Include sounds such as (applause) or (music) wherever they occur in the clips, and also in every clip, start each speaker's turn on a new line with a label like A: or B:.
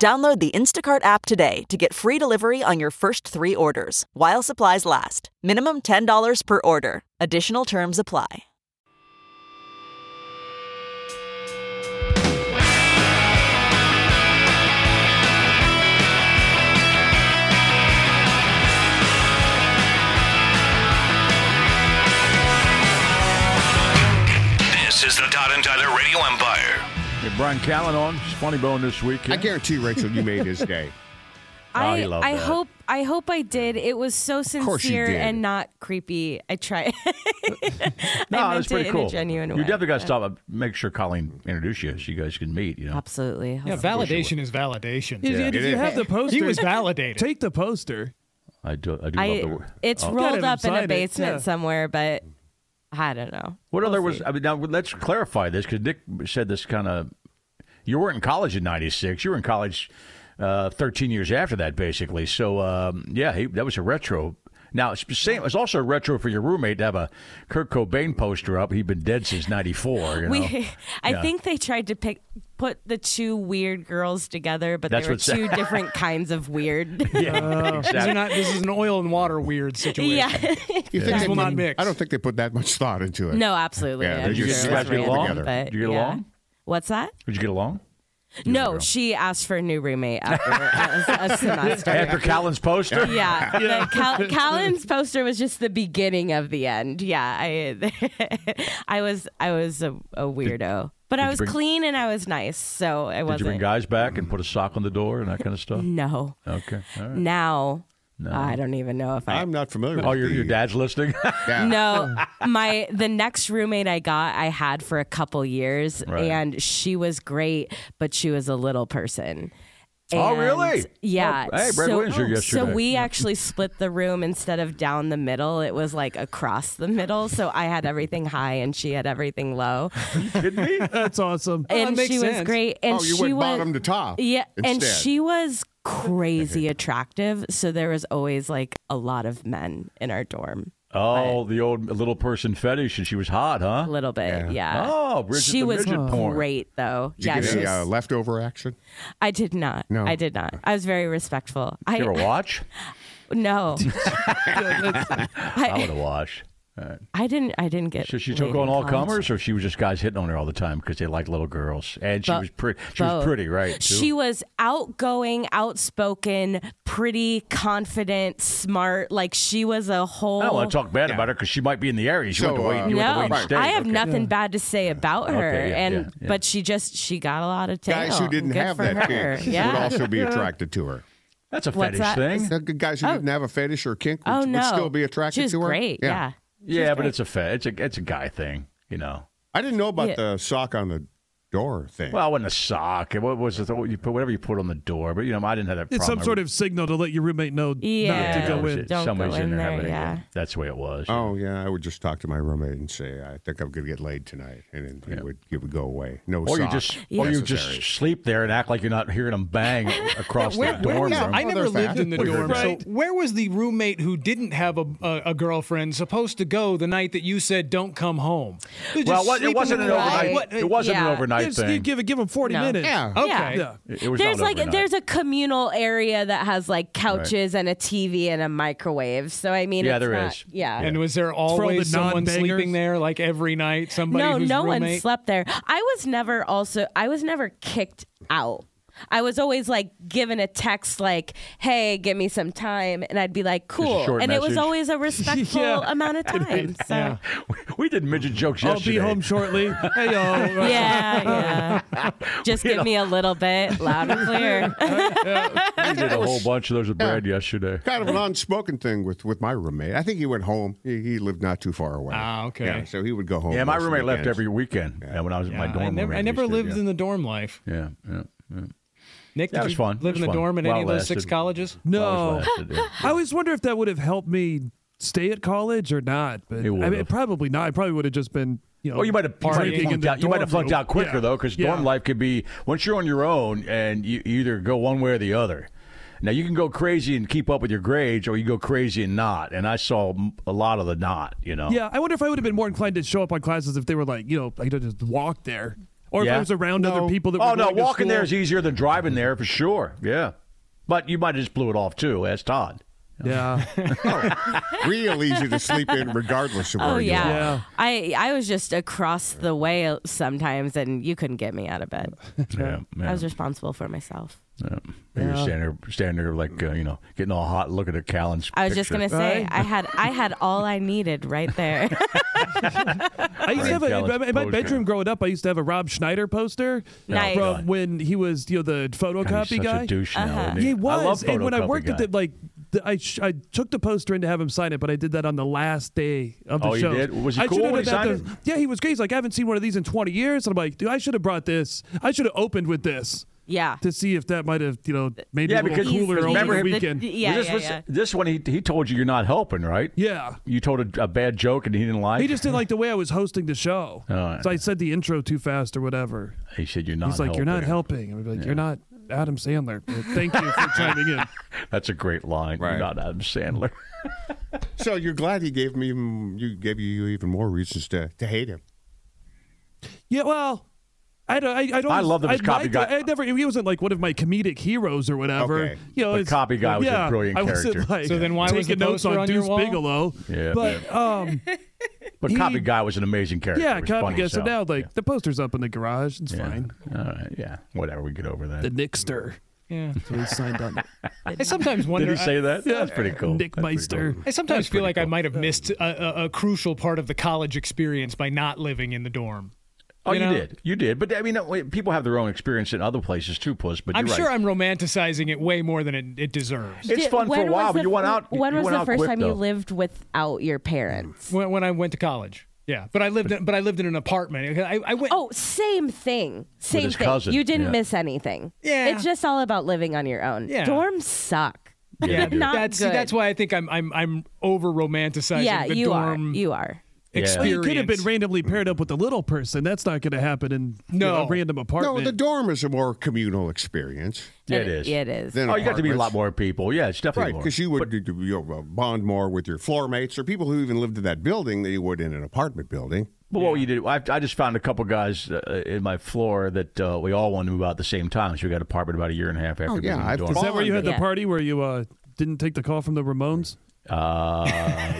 A: Download the Instacart app today to get free delivery on your first three orders while supplies last. Minimum $10 per order. Additional terms apply.
B: This is the Todd and Tyler Radio Empire.
C: Hey, Brian Callen on It's Funny Bone this weekend.
D: I guarantee, Rachel, you made his day.
C: Oh, he
E: I,
C: loved
E: I
C: that.
E: hope I hope I did. It was so
D: course you
E: sincere
D: did.
E: and not creepy. I (laughs) tried.
C: (laughs) no,
E: I meant
C: Ah, that's
E: it
C: pretty
E: in
C: cool.
E: a genuine
C: you
E: way.
C: definitely got to stop. Make sure Colleen introduced you so you guys can meet. You know,
E: Absolutely.
F: Yeah, validation is validation.
G: Yeah,
D: it
G: if you
D: is.
G: have the
F: (laughs)
G: poster,
F: He was validated.
G: take the poster.
C: I do. I do love the
E: I,
C: word.
E: it's
C: Oh.
E: rolled
G: him
E: up in
G: sign
E: a
G: it,
E: basement
G: yeah.
E: somewhere, but I don't know.
C: What other was?
E: see.
C: I mean, now let's clarify this because Nick said this kind of. You weren't in college in '96. You were in college uh, 13 years after that, basically. So um, yeah, he, that was a retro. Now it's the same. It's also a retro for your roommate to have a Kurt Cobain poster up. He'd been dead since '94. You know?
E: (laughs) We, I
C: Yeah.
E: think they tried to pick put the two weird girls together, but
C: That's
E: they were
C: what's-
E: two
C: (laughs)
E: different kinds of weird.
G: Uh,
C: yeah, (laughs)
F: These
C: exactly.
F: are not- this is an oil and water weird situation.
E: (laughs) yeah.
D: You think
F: These
D: they
F: will
D: put-
F: not mix.
D: I don't think they put that much thought into it.
E: No, absolutely.
D: Yeah, they
E: I'm
C: just-
E: sure
C: you guys
E: it was
C: get
E: random,
C: along?
E: but
C: Do you get
E: yeah.
C: along?
E: What's that?
C: Would you get along?
E: No, she asked for a new
C: (laughs)
E: roommate after a, a semester.
C: After Callen's poster? (laughs)
E: Yeah, the Cal- Callan's poster was just the beginning of the end. Yeah, I, (laughs) I was, I was a, a weirdo, but I was
C: bring-
E: clean and I was nice, so I
C: Did you
E: wasn't.
C: bring guys back and put a sock on the door and that kind of
E: (laughs)
C: stuff?
E: no,
C: Okay. All right.
E: now I don't even know if I.
D: I'm not familiar with
C: Oh, your,
D: the-
C: your dad's listening? (laughs)
D: Yeah.
E: (laughs) no, my the next roommate I got, I had for a couple years,
C: Right.
E: and she was great, but she was a little person.
C: Oh,
E: And-
C: really?
E: Yeah.
C: Oh, hey, Brad
E: so,
C: Williams here
E: So
C: yesterday.
E: we actually split the room instead of down the middle. It was like across the middle. So I had everything high and she had everything
C: (laughs)
E: low.
C: Kidding me?
G: That's awesome.
E: and she was great. And
D: Oh, you
E: she
D: went
E: was
D: bottom to top.
E: Yeah. And
D: instead.
E: she was crazy
C: (laughs)
E: attractive. So there was always like a lot of men in our dorm.
C: Oh, the old little person fetish, and she was hot,
E: A
C: huh?
E: little bit, yeah.
C: Oh, Bridget
E: she
C: the
E: was
C: Midget porn.
E: great though.
D: Did you
E: yeah,
D: get
E: she
D: any
E: was-
D: uh, leftover action?
C: uh,
E: I did not.
D: No.
E: I did not. I was very respectful. I
C: You ever watch? (laughs)
E: no,
C: I would have watched.
E: I didn't. I didn't get.
C: So she
E: laid
C: took
E: in
C: on all
E: college.
C: comers, or she was just guys hitting on her all the time because they like little girls, and she
E: Bo-
C: was pretty. She was
E: both.
C: pretty, right? too?
E: She was outgoing, outspoken, pretty, confident, smart. Like she was a whole.
C: I don't want to talk bad about her because she might be in the area. She
D: So,
C: went to Wayne,
D: uh,
C: you went to
E: No,
C: Wayne State.
E: I have
C: Okay.
E: nothing bad to say about her,
C: yeah,
E: and
C: yeah, yeah.
E: but she just she got a lot of tail.
D: Guys who didn't
E: Good
D: have
E: for
D: that
E: her.
D: kink
E: Yeah.
D: would also
E: (laughs)
D: be attracted to her.
C: That's a fetish
E: What's that?
C: thing.
D: The g- guys who didn't have a fetish or kink would,
E: oh
D: would
E: no,
D: still be attracted
E: she was
D: to her.
E: Great, yeah.
C: yeah, but it's a fe- it's a it's a guy thing, you know.
D: I didn't know about
E: Yeah.
D: the sock on the door thing.
C: Well, it wasn't a sock. It wa- was it you put whatever you put on the door, but you know I didn't have that.
G: It's
C: problem.
G: some sort of signal to let your roommate know
E: Yeah. Oh,
G: not to go
C: was
G: in.
C: it.
E: Don't
C: Somebody's
E: go
C: in
E: in
C: there.
E: there,
C: having a-
E: yeah.
C: that's the way it was.
D: oh yeah, I would just talk to my roommate and say I think I'm going to get laid tonight, and then it would it would go away. No
C: Or you
D: sock
C: just, or you
D: necessary.
C: just sleep there and act like you're not hearing them
E: (laughs)
C: bang across the dorm
F: yeah,
C: room.
F: I never
D: Well, they're
F: lived in the
D: fat.
F: dorm.
G: Right.
F: So where was the roommate who didn't have a, a, a girlfriend supposed to go the night that you said don't come home? They're
C: well,
F: just
C: what, it
F: sleeping
C: wasn't
F: in
C: an
F: the-
C: overnight.
F: What-
C: It wasn't an
E: yeah.
C: overnight
G: Just
C: thing.
G: Give, give him 40
E: No.
G: minutes.
D: yeah.
F: Okay.
G: Yeah.
C: it was
E: there's
C: not
E: like
C: overnight.
E: there's a communal area that has like couches and a TV and a microwave. So I mean,
C: Yeah,
E: it's
C: there
E: not-
C: is.
E: Yeah,
F: And was there
G: all the
F: always someone
G: non-bangers?
F: sleeping there, like every night? Somebody
E: no,
F: whose
E: no one
F: roommate?
E: slept there. I was never also. I was never kicked out. I was always like given a text like, "Hey, give me some time," and I'd be like, "Cool," and
C: short
E: it was
C: message.
E: always a respectful
G: Yeah.
E: amount of time. So. Yeah.
C: (laughs) We did midget jokes
G: I'll
C: yesterday.
G: be home shortly. hey, y'all.
E: (laughs) Yeah, Just give me a little bit loud and clear.
C: We did a
E: (laughs)
C: whole bunch of those with Brad yesterday.
D: Kind of an unspoken thing with, with my roommate. I think he went home. He, he lived not too far away.
F: Ah, okay.
D: Yeah, so he would go home.
C: Yeah, my
D: most
C: roommate left
D: weekends.
C: every weekend yeah, when I was at my dorm.
F: I never,
C: room.
F: I never
C: He
F: lived
C: used to-
F: in the dorm life.
C: Yeah, yeah, yeah.
F: Nick,
C: That
F: did
C: was
F: you
C: fun. It
F: live in
C: was
F: the
C: fun. uh,
F: dorm at any
C: While
F: of
C: it
F: those six
C: lasted.
F: colleges?
C: While
G: No.
C: it lasted, yeah.
G: I always wonder if that would have helped me stay at college or not, but
C: It
G: I mean,
C: would've.
G: probably not. I probably would have just been, you know.
C: Well, Oh, you might have, you might have
G: drinking in
C: flunked
G: the
C: out. You might have
G: dorm
C: flunked out
G: room.
C: quicker
G: Yeah.
C: though, because
G: Yeah.
C: dorm life could be once you're on your own, and you, you either go one way or the other. Now you can go crazy and keep up with your grades, or you go crazy and not. And I saw m- a lot of the not. You know.
G: Yeah, I wonder if I would have been more inclined to show up on classes if they were like, you know, I could just walk there, or if I
C: Yeah.
G: was around other people that.
C: Oh
G: were
C: no,
G: going to
C: walking there is
G: school.
C: easier than driving there for sure. Yeah, but you might have just blew it off too, as Todd.
G: Yeah,
D: Real easy to sleep in, regardless of where
E: Oh
D: you
E: yeah.
D: are.
G: Yeah.
E: I I was just across the way sometimes, and you couldn't get me out of bed.
C: Yeah,
E: I
C: yeah.
E: was responsible for myself.
C: yeah. You're standing there, standing there like uh, you know, getting all hot, looking at Callan's.
E: I was just
C: picture.
E: gonna say
G: Right?
E: I had I had all I needed right there. (laughs)
G: I used to have
C: Dallas
G: a in my
C: poster.
G: bedroom growing up. I used to have a Rob Schneider poster
E: Nice.
G: from when he was, you know, the
C: God, he's
G: photocopy
C: such
G: Oh, guy.
C: a douche now,
E: Uh-huh.
C: isn't
G: Yeah, he was.
C: I love
G: and when I
C: photocopy
G: worked
C: guy.
G: at the like, the, I sh- I took the poster in to have him sign it, but I did that on the last day of the
C: Oh, you
G: show.
C: did? Was he
G: I
C: cool
G: should've
C: when he
G: done that
C: signed
G: the- yeah, he was great. He's like, I haven't seen one of these in 20 years, and I'm like, dude, I should have brought this. I should have opened with this
E: yeah.
G: to see if that might have, you know, made
C: Yeah,
G: me a
C: because
G: little
C: he's-
G: cooler over
C: remember
G: the
C: him-
G: weekend.
E: The- yeah,
C: this,
E: yeah,
C: was-
E: yeah.
C: this one, he, he told you you're not helping, right?
G: yeah.
C: You told a, a bad joke and he didn't like.
G: He
C: it?
G: just didn't like the way I was hosting the show.
C: Oh,
G: so I said the intro too fast or whatever.
C: He said you're not.
G: He's like,
C: helping.
G: "You're not helping." I'm like, "You're not Adam Sandler." But Thank
C: (laughs)
G: you for chiming in.
C: That's a great line. You're
D: Right.
C: not Adam Sandler. (laughs)
D: So you're glad he gave me even- you gave you even more reasons to, to hate him.
G: Yeah, well, I don't. I, I don't.
C: I love him as
G: I
C: copy
G: liked-
C: guy.
G: I never. He wasn't like one of my comedic heroes or whatever.
D: Okay.
G: You know,
C: But
G: it's-
C: copy guy was a
G: yeah,
C: brilliant
G: I wasn't,
C: character.
G: like,
F: So then why was
G: taking
F: the
G: notes
F: poster
G: on,
F: on your
G: Deuce
F: wall?
G: Bigelow?
C: Yeah, (laughs)
G: but um,
C: But
G: He-
C: Copy Guy was an amazing character.
G: yeah,
C: It was
G: copy
C: funny
G: guy.
C: as
G: So
C: hell.
G: now, like, the poster's up in the garage. It's fine.
C: All right. Yeah. Whatever. We get over that.
G: The Nickster.
F: Yeah.
G: So he signed (laughs) on.
F: I sometimes wonder.
C: (laughs) Did he say that?
G: Yeah.
C: That's pretty cool.
G: Nick
C: That's pretty
G: Meister.
C: cool.
F: I sometimes feel like I might have missed a, a, a crucial part of the college experience by not living in the dorm.
C: Oh,
F: You
C: you,
F: know?
C: did. You did. But I mean, uh, wait, people have their own experience in other places too, Puss. But
F: I'm
C: you're
F: sure
C: right.
F: I'm romanticizing it way more than it, it deserves.
C: It's
E: Did-
C: fun for
E: when
C: a
E: was
C: while,
E: the
C: but you went
E: fir-
C: out.
E: When
C: you
E: was
C: went
E: the
C: out
E: first
C: quick,
E: time you
C: though.
E: lived without your parents?
F: When, when I went to college, yeah, but I lived in, but I lived in an apartment. I, I went.
E: Oh, same thing. Same
C: his
E: thing.
C: cousin,
E: You didn't
C: yeah.
E: miss anything.
F: Yeah.
E: It's just all about living on your own.
F: Yeah.
E: Dorms suck.
C: Yeah, they do.
E: Not
F: that's see,
E: good.
F: that's why I think I'm I'm I'm over romanticizing
E: yeah,
F: the
E: you
F: dorm
E: are. You are.
C: Yeah.
G: Well, you
F: experience.
G: could have been randomly paired up with a little person. That's not going to happen in you
F: No.
G: know, a random apartment.
D: No, the dorm is a more communal experience.
C: Yeah, it is.
E: It is.
D: Than
C: Oh, you got to meet a
D: apartments.
C: lot more people. Yeah, it's definitely
D: Right,
C: more.
D: because you would you know, bond more with your floor mates or people who even lived in that building than you would in an apartment building.
C: Well, what you did, I, I just found a couple guys uh, in my floor that uh, we all wanted to move out at the same time. So we got an apartment about a year and a half after.
D: Oh, yeah,
C: moving
D: I've
C: dorm.
G: Is that where you had the
E: Yeah.
G: party where you uh, didn't take the call from
C: (laughs)
G: the Ramones?
C: Uh,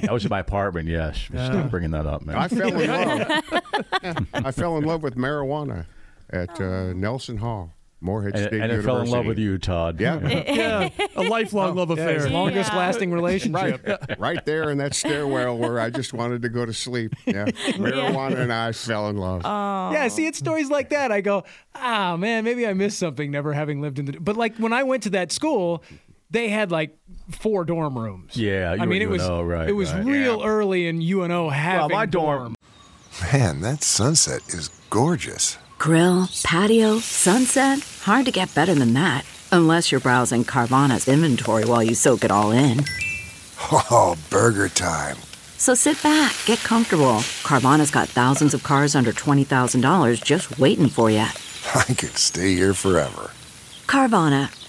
C: that was in my apartment. Yes, stop bringing that up, man.
D: I fell in love. I fell in love with marijuana at uh, Nelson Hall, Morehead
C: and,
D: State
C: and I
D: University.
C: fell in love with you, Todd.
D: Yeah,
G: Yeah, a lifelong love
F: Oh, yeah,
G: affair.
F: his longest (laughs) lasting relationship.
D: right there in that stairwell where I just wanted to go to sleep.
E: (laughs)
D: Yeah, marijuana and I fell in love.
E: Oh.
F: Yeah, see, it's stories like that. I go, ah, man, maybe I missed something never having lived in the. But like when I went to that school, they had like four dorm rooms.
C: Yeah, you
F: I
C: were
F: mean it
C: at
F: was
C: UNO, right,
F: it was
C: right.
F: real early in UNO
C: Well,
F: having
C: my dorm,
H: Man, that sunset is gorgeous. (laughs)
I: Grill, patio, sunset. Hard to get better than that. Unless you're browsing Carvana's inventory while you soak it all in.
H: Oh, burger time.
I: So sit back, get comfortable. Carvana's got thousands of cars under $20,000 just waiting for you.
H: I could stay here forever.
I: Carvana,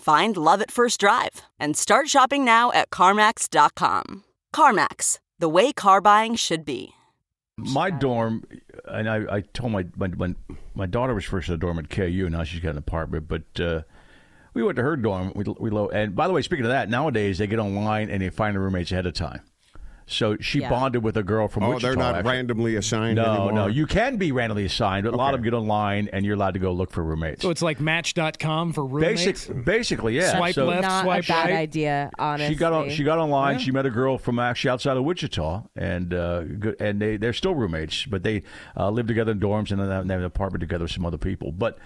A: Find love at first drive and start shopping now at CarMax.com. CarMax, the way car buying should be.
C: My dorm, and I, I told my my when my daughter was first in the dorm at KU. Now she's got an apartment, but uh, we went to her dorm. We we low. And by the way, speaking of that, nowadays they get online and they find their roommates ahead of time. So she
E: Yeah.
C: bonded with a girl from
D: Oh,
C: Wichita.
D: they're not
C: actually.
D: randomly assigned
C: No,
D: anymore.
C: no, you can be randomly assigned, but a lot of them get online, and you're allowed to go look for roommates.
F: So it's like Match.com for roommates.
C: Basic, basically, yeah.
F: Swipe
C: so
F: left.
E: Not
F: swipe
E: a bad
F: right.
E: idea, honestly.
C: She got on, she got online. She met a girl from actually outside of Wichita, and uh, good, and they they're still roommates, but they uh, live together in dorms and then they have an apartment together with some other people. But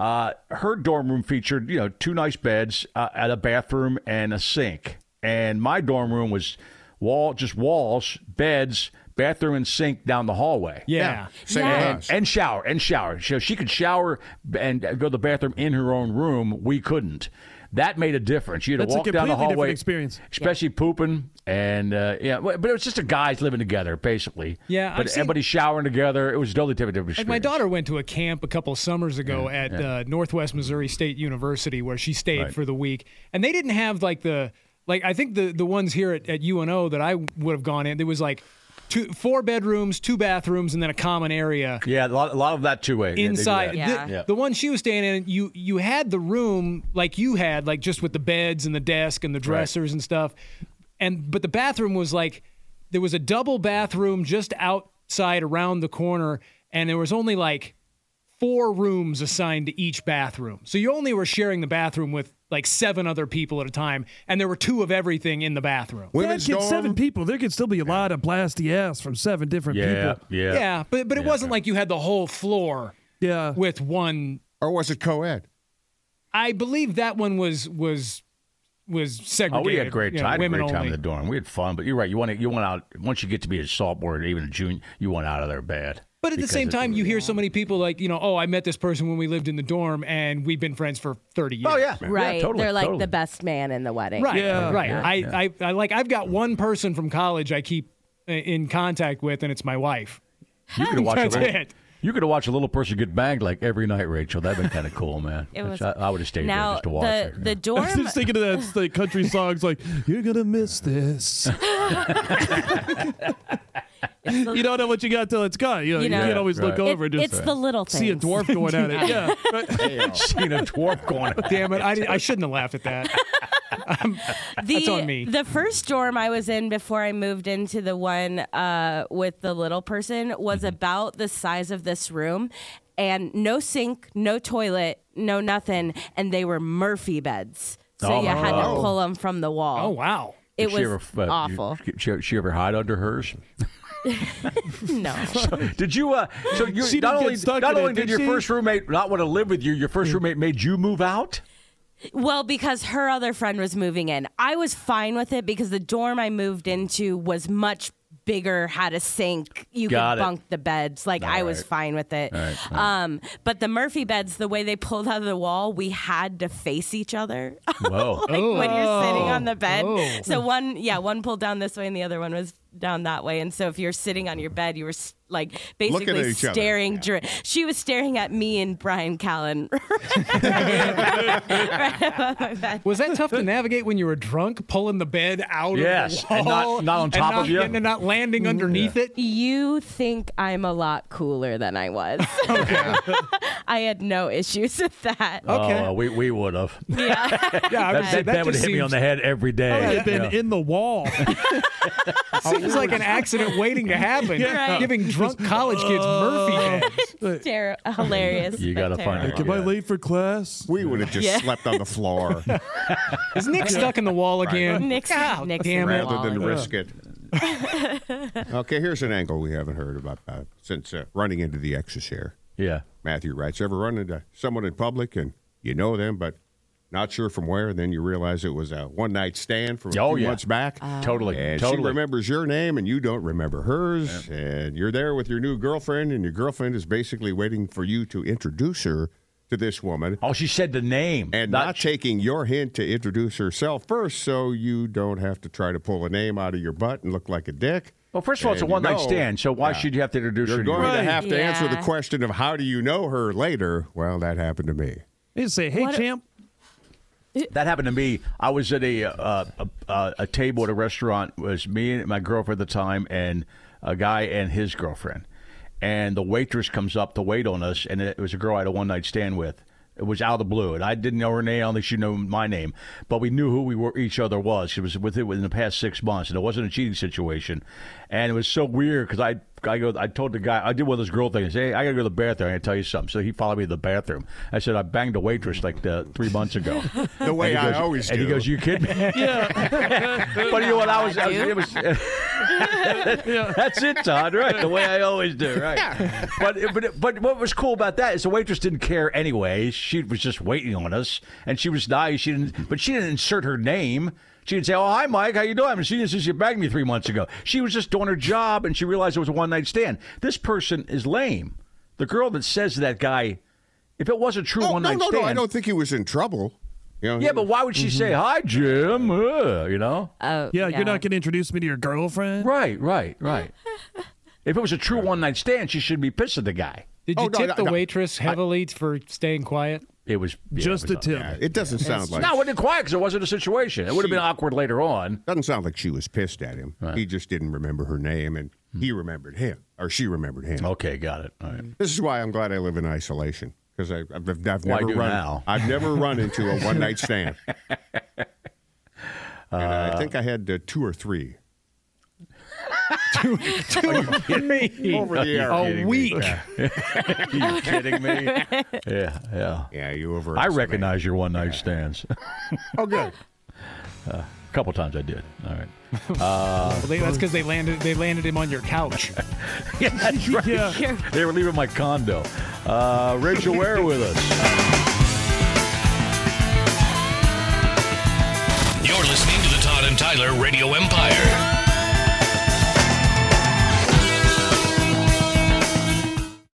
C: uh, her dorm room featured you know two nice beds, uh, and a bathroom and a sink, and my dorm room was wall just walls, beds, bathroom and sink down the hallway
F: Yeah.
D: Same
E: Yeah.
D: with us.
C: and shower and shower. So she could shower and go to the bathroom in her own room. We couldn't. That made a difference. You had
G: That's
C: to
G: a
C: walk down the
G: completely different
C: hallway.
G: experience.
C: especially pooping and uh, yeah. But but it was just the guys living together, basically.
F: Yeah, I've
C: but
F: seen-
C: everybody showering together. It was totally different. different
F: Like my
C: experience.
F: daughter went to a camp a couple summers ago at Uh, Northwest Missouri State University where she stayed for the week, and they didn't have like the like I think the the ones here at, at UNO that I would have gone in. There was like two four bedrooms, two bathrooms, and then a common area
C: Yeah, a lot, a lot of that two way
F: inside.
E: Yeah.
F: The,
C: Yeah.
F: the one she was staying in, you you had the room like you had, like just with the beds and the desk and the dressers and stuff. And but the bathroom was like there was a double bathroom just outside around the corner, and there was only like four rooms assigned to each bathroom. So you only were sharing the bathroom with like seven other people at a time, and there were two of everything in the bathroom.
G: That
D: Women's
G: kid,
D: dorm?
G: seven people. There could still be a lot of blasty ass from seven different
C: Yeah,
G: people.
C: yeah,
F: Yeah, but but it wasn't like you had the whole floor
G: Yeah.
F: with one
D: Or was it co-ed?
F: I believe that one was was was
C: Oh,
F: segregated.
C: we had great
F: you
C: time.
F: know,
C: I had a
F: women
C: great time
F: only.
C: in the dorm. We had fun, but you're right. You want to, you want out once you get to be a sophomore and even a junior, you want out of there bad.
F: But at the
C: Because
F: same
C: it-
F: time, you hear so many people like, you know, oh, I met this person when we lived in the dorm, and we've been friends for thirty years.
C: Oh yeah,
E: Right.
C: Yeah, totally,
E: They're like
C: totally.
E: the best man in the wedding.
F: right,
G: Yeah.
F: right. I, I, I like I've got one person from college I keep uh, in contact with, and it's my wife.
C: (laughs) You could watch
F: That's
C: a little,
F: it.
C: You could watch a little person get banged like every night, Rachel. That'd been kind of cool, man.
E: It was,
C: I, I would have stayed there
E: now,
C: just to watch
E: the,
C: (laughs)
E: (laughs)
C: it.
E: the
G: I was
E: dorm.
G: just thinking of that like, country
F: (laughs)
G: songs like, you're going to miss this. you don't know what you got till it's gone. You, know,
E: You
G: you
E: know,
G: can't always look
C: right.
G: over
E: it-
G: and just
E: it's the little things.
G: (laughs) see a dwarf going
E: (laughs)
G: at it. Yeah. Right.
C: Seeing a dwarf
G: (laughs)
C: going.
F: Damn it! I, di- I shouldn't have laughed at
C: (laughs)
F: that.
E: the,
F: That's on me.
E: The first dorm I was in before I moved into the one uh, with the little person
C: Mm-hmm.
E: was about the size of this room and no sink, no toilet, no nothing. And they were Murphy beds. So
C: Oh,
E: you
C: my
E: had to
C: God.
E: pull them from the wall.
F: Oh wow!
E: It
C: Did she
E: was
C: ever, uh,
E: awful.
C: (laughs) you- She, she ever hide under hers? (laughs)
E: no.
C: Did you? Uh, so you
G: She
C: not
G: didn't get
C: only
G: stuck
C: not
G: in it,
C: only did,
G: did
C: your
G: she? Mm.
C: first roommate not want to live with you, your first roommate made you move out.
E: Well, because her other friend was moving in. I was fine with it because the dorm I moved into was much bigger, had a sink. You
C: Got it.
E: could bunk the beds. Like I was
C: right.
E: fine with it. Um, but the Murphy beds, the way they pulled out of the wall, we had to face each other. (laughs)
C: (laughs) Whoa.
E: like when you're sitting on the bed.
F: Oh.
E: So one, yeah, one pulled down this way and the other one was down that way. And so if you're sitting on your bed, you were s- like
D: Looking at
E: basically
D: each other.
E: staring. dir- she was staring at me and Brian Callen. right above my bed.
F: Was that tough to navigate when you were drunk, pulling the bed out
C: Yes,
F: of the
C: and not-
F: wall,
C: not on
F: and
C: top of
F: not
C: you?
F: getting- and not landing underneath it?
E: You think I'm a lot cooler than
F: (laughs)
E: I was. (laughs) I had no issues with that.
F: Okay.
C: Oh, uh, we we would have. That,
F: yeah, I would
C: that,
F: say
C: that would
F: just
C: hit me on
F: seems-
C: the head every
G: I would
C: day.
G: have been
C: Yeah.
G: in the
C: (laughs)
G: wall.
F: Seems like an accident waiting to happen.
E: Right.
F: Giving drunk college kids Murphy beds.
E: Ter- hilarious.
C: You
E: but
C: gotta
E: terrible.
C: find it.
G: Am I late for class?
D: We would have just
E: Yeah.
D: slept on the
E: (laughs)
D: floor
F: Is Nick stuck in the wall again?
E: Nick's,
F: God
E: Nick's
F: damn it.
D: rather than risk it.
E: (laughs)
D: okay, here's an angle we haven't heard about uh, since uh, running into the X's here.
C: Yeah.
D: Matthew writes, ever run into someone in public and you know them, but not sure from where, and then you realize it was a one night stand from a
C: Oh,
D: few
C: yeah.
D: months back.
C: Totally.
D: And she
C: totally.
D: remembers your name and you don't remember hers. And you're there with your new girlfriend, and your girlfriend is basically waiting for you to introduce her to this woman
C: Oh, she said the name.
D: and not, taking your hint to introduce herself first so you don't have to try to pull a name out of your butt and look like a dick.
C: Well, first of all, it's a
D: And you
C: one night
D: know-
C: stand, so why
D: Yeah.
C: should you have to introduce her?
D: You're
C: to your-
D: going to
G: Right.
D: have to answer the
E: Yeah.
D: question of how do you know her later. Well, that happened to me.
G: They just say, hey,
E: What-
G: champ.
C: That happened to me. I was at a uh, a, a, a table at a restaurant. It was me and my girlfriend at the time, and a guy and his girlfriend. And the waitress comes up to wait on us, and it was a girl I had a one night stand with. It was out of the blue, and I didn't know her name. I don't think she knew my name, but we knew who we were. Each other was. It was with it within the past six months, and it wasn't a cheating situation. And it was so weird because I I go. I told the guy I did one of those girl things. Hey, I gotta go to the bathroom. I gotta tell you something. So he followed me to the bathroom. I said I banged a waitress like uh, three months ago.
D: The way
C: And he
D: I
C: goes-
D: always
C: And
D: do.
C: he goes, "You kidding me?"
G: Yeah.
C: (laughs) but you know what? I was. I was-
J: I do.
C: it was. (laughs) That's it, Todd. Right, the way I always do. Right. but but but what was cool about that is the waitress didn't care anyway. She was just waiting on us, and she was nice. She didn't, but she didn't insert her name. She didn't say, "Oh, hi, Mike. How you doing?" I mean, she didn't say she bagged me three months ago. She was just doing her job, and she realized it was a one night stand. This person is lame. The girl that says to that guy, if it was a true
D: Oh, No,
C: one
D: no,
C: night
D: no,
C: stand,
D: no. I don't think he was in trouble. You know,
C: yeah,
D: he-
C: but why would she say, "Hi, Jim"? Mm-hmm. Uh, you know.
E: Oh,
G: yeah, you're not going to introduce me to your girlfriend.
C: Right, right, right. (laughs) if it was a true one night stand, she should be pissed at the guy.
F: Did you
D: Oh, no,
F: tip
D: no,
F: the
D: no.
F: waitress heavily for staying quiet?
C: It was yeah,
G: Just
C: it
G: a
C: was
G: tip.
D: it doesn't sound like
C: No, it wasn't quiet because it wasn't a situation. It would have been awkward later on.
D: doesn't sound like she was pissed at him. He just didn't remember her name, and
C: Hmm.
D: he remembered him, or she remembered him.
C: Okay, got it. All right.
D: This is why I'm glad I live in isolation because I've, I've, I've
C: Why
D: never
C: do
D: run.
C: now?
D: I've
C: (laughs)
D: never run into a one night stand. and I think I had uh, two or three
C: (laughs)
D: over the air.
F: A week.
C: Are you kidding me? yeah, (laughs) yeah.
D: Yeah, you over.
C: I recognize your one night (laughs) stands.
D: Oh, good.
C: a couple times I did. All right.
F: Well, they- that's because they landed. They landed him on your couch.
C: Yeah, that's right. They were leaving my condo. Uh, Rachel Ware with us.
B: You're listening to the Todd and Tyler Radio Empire.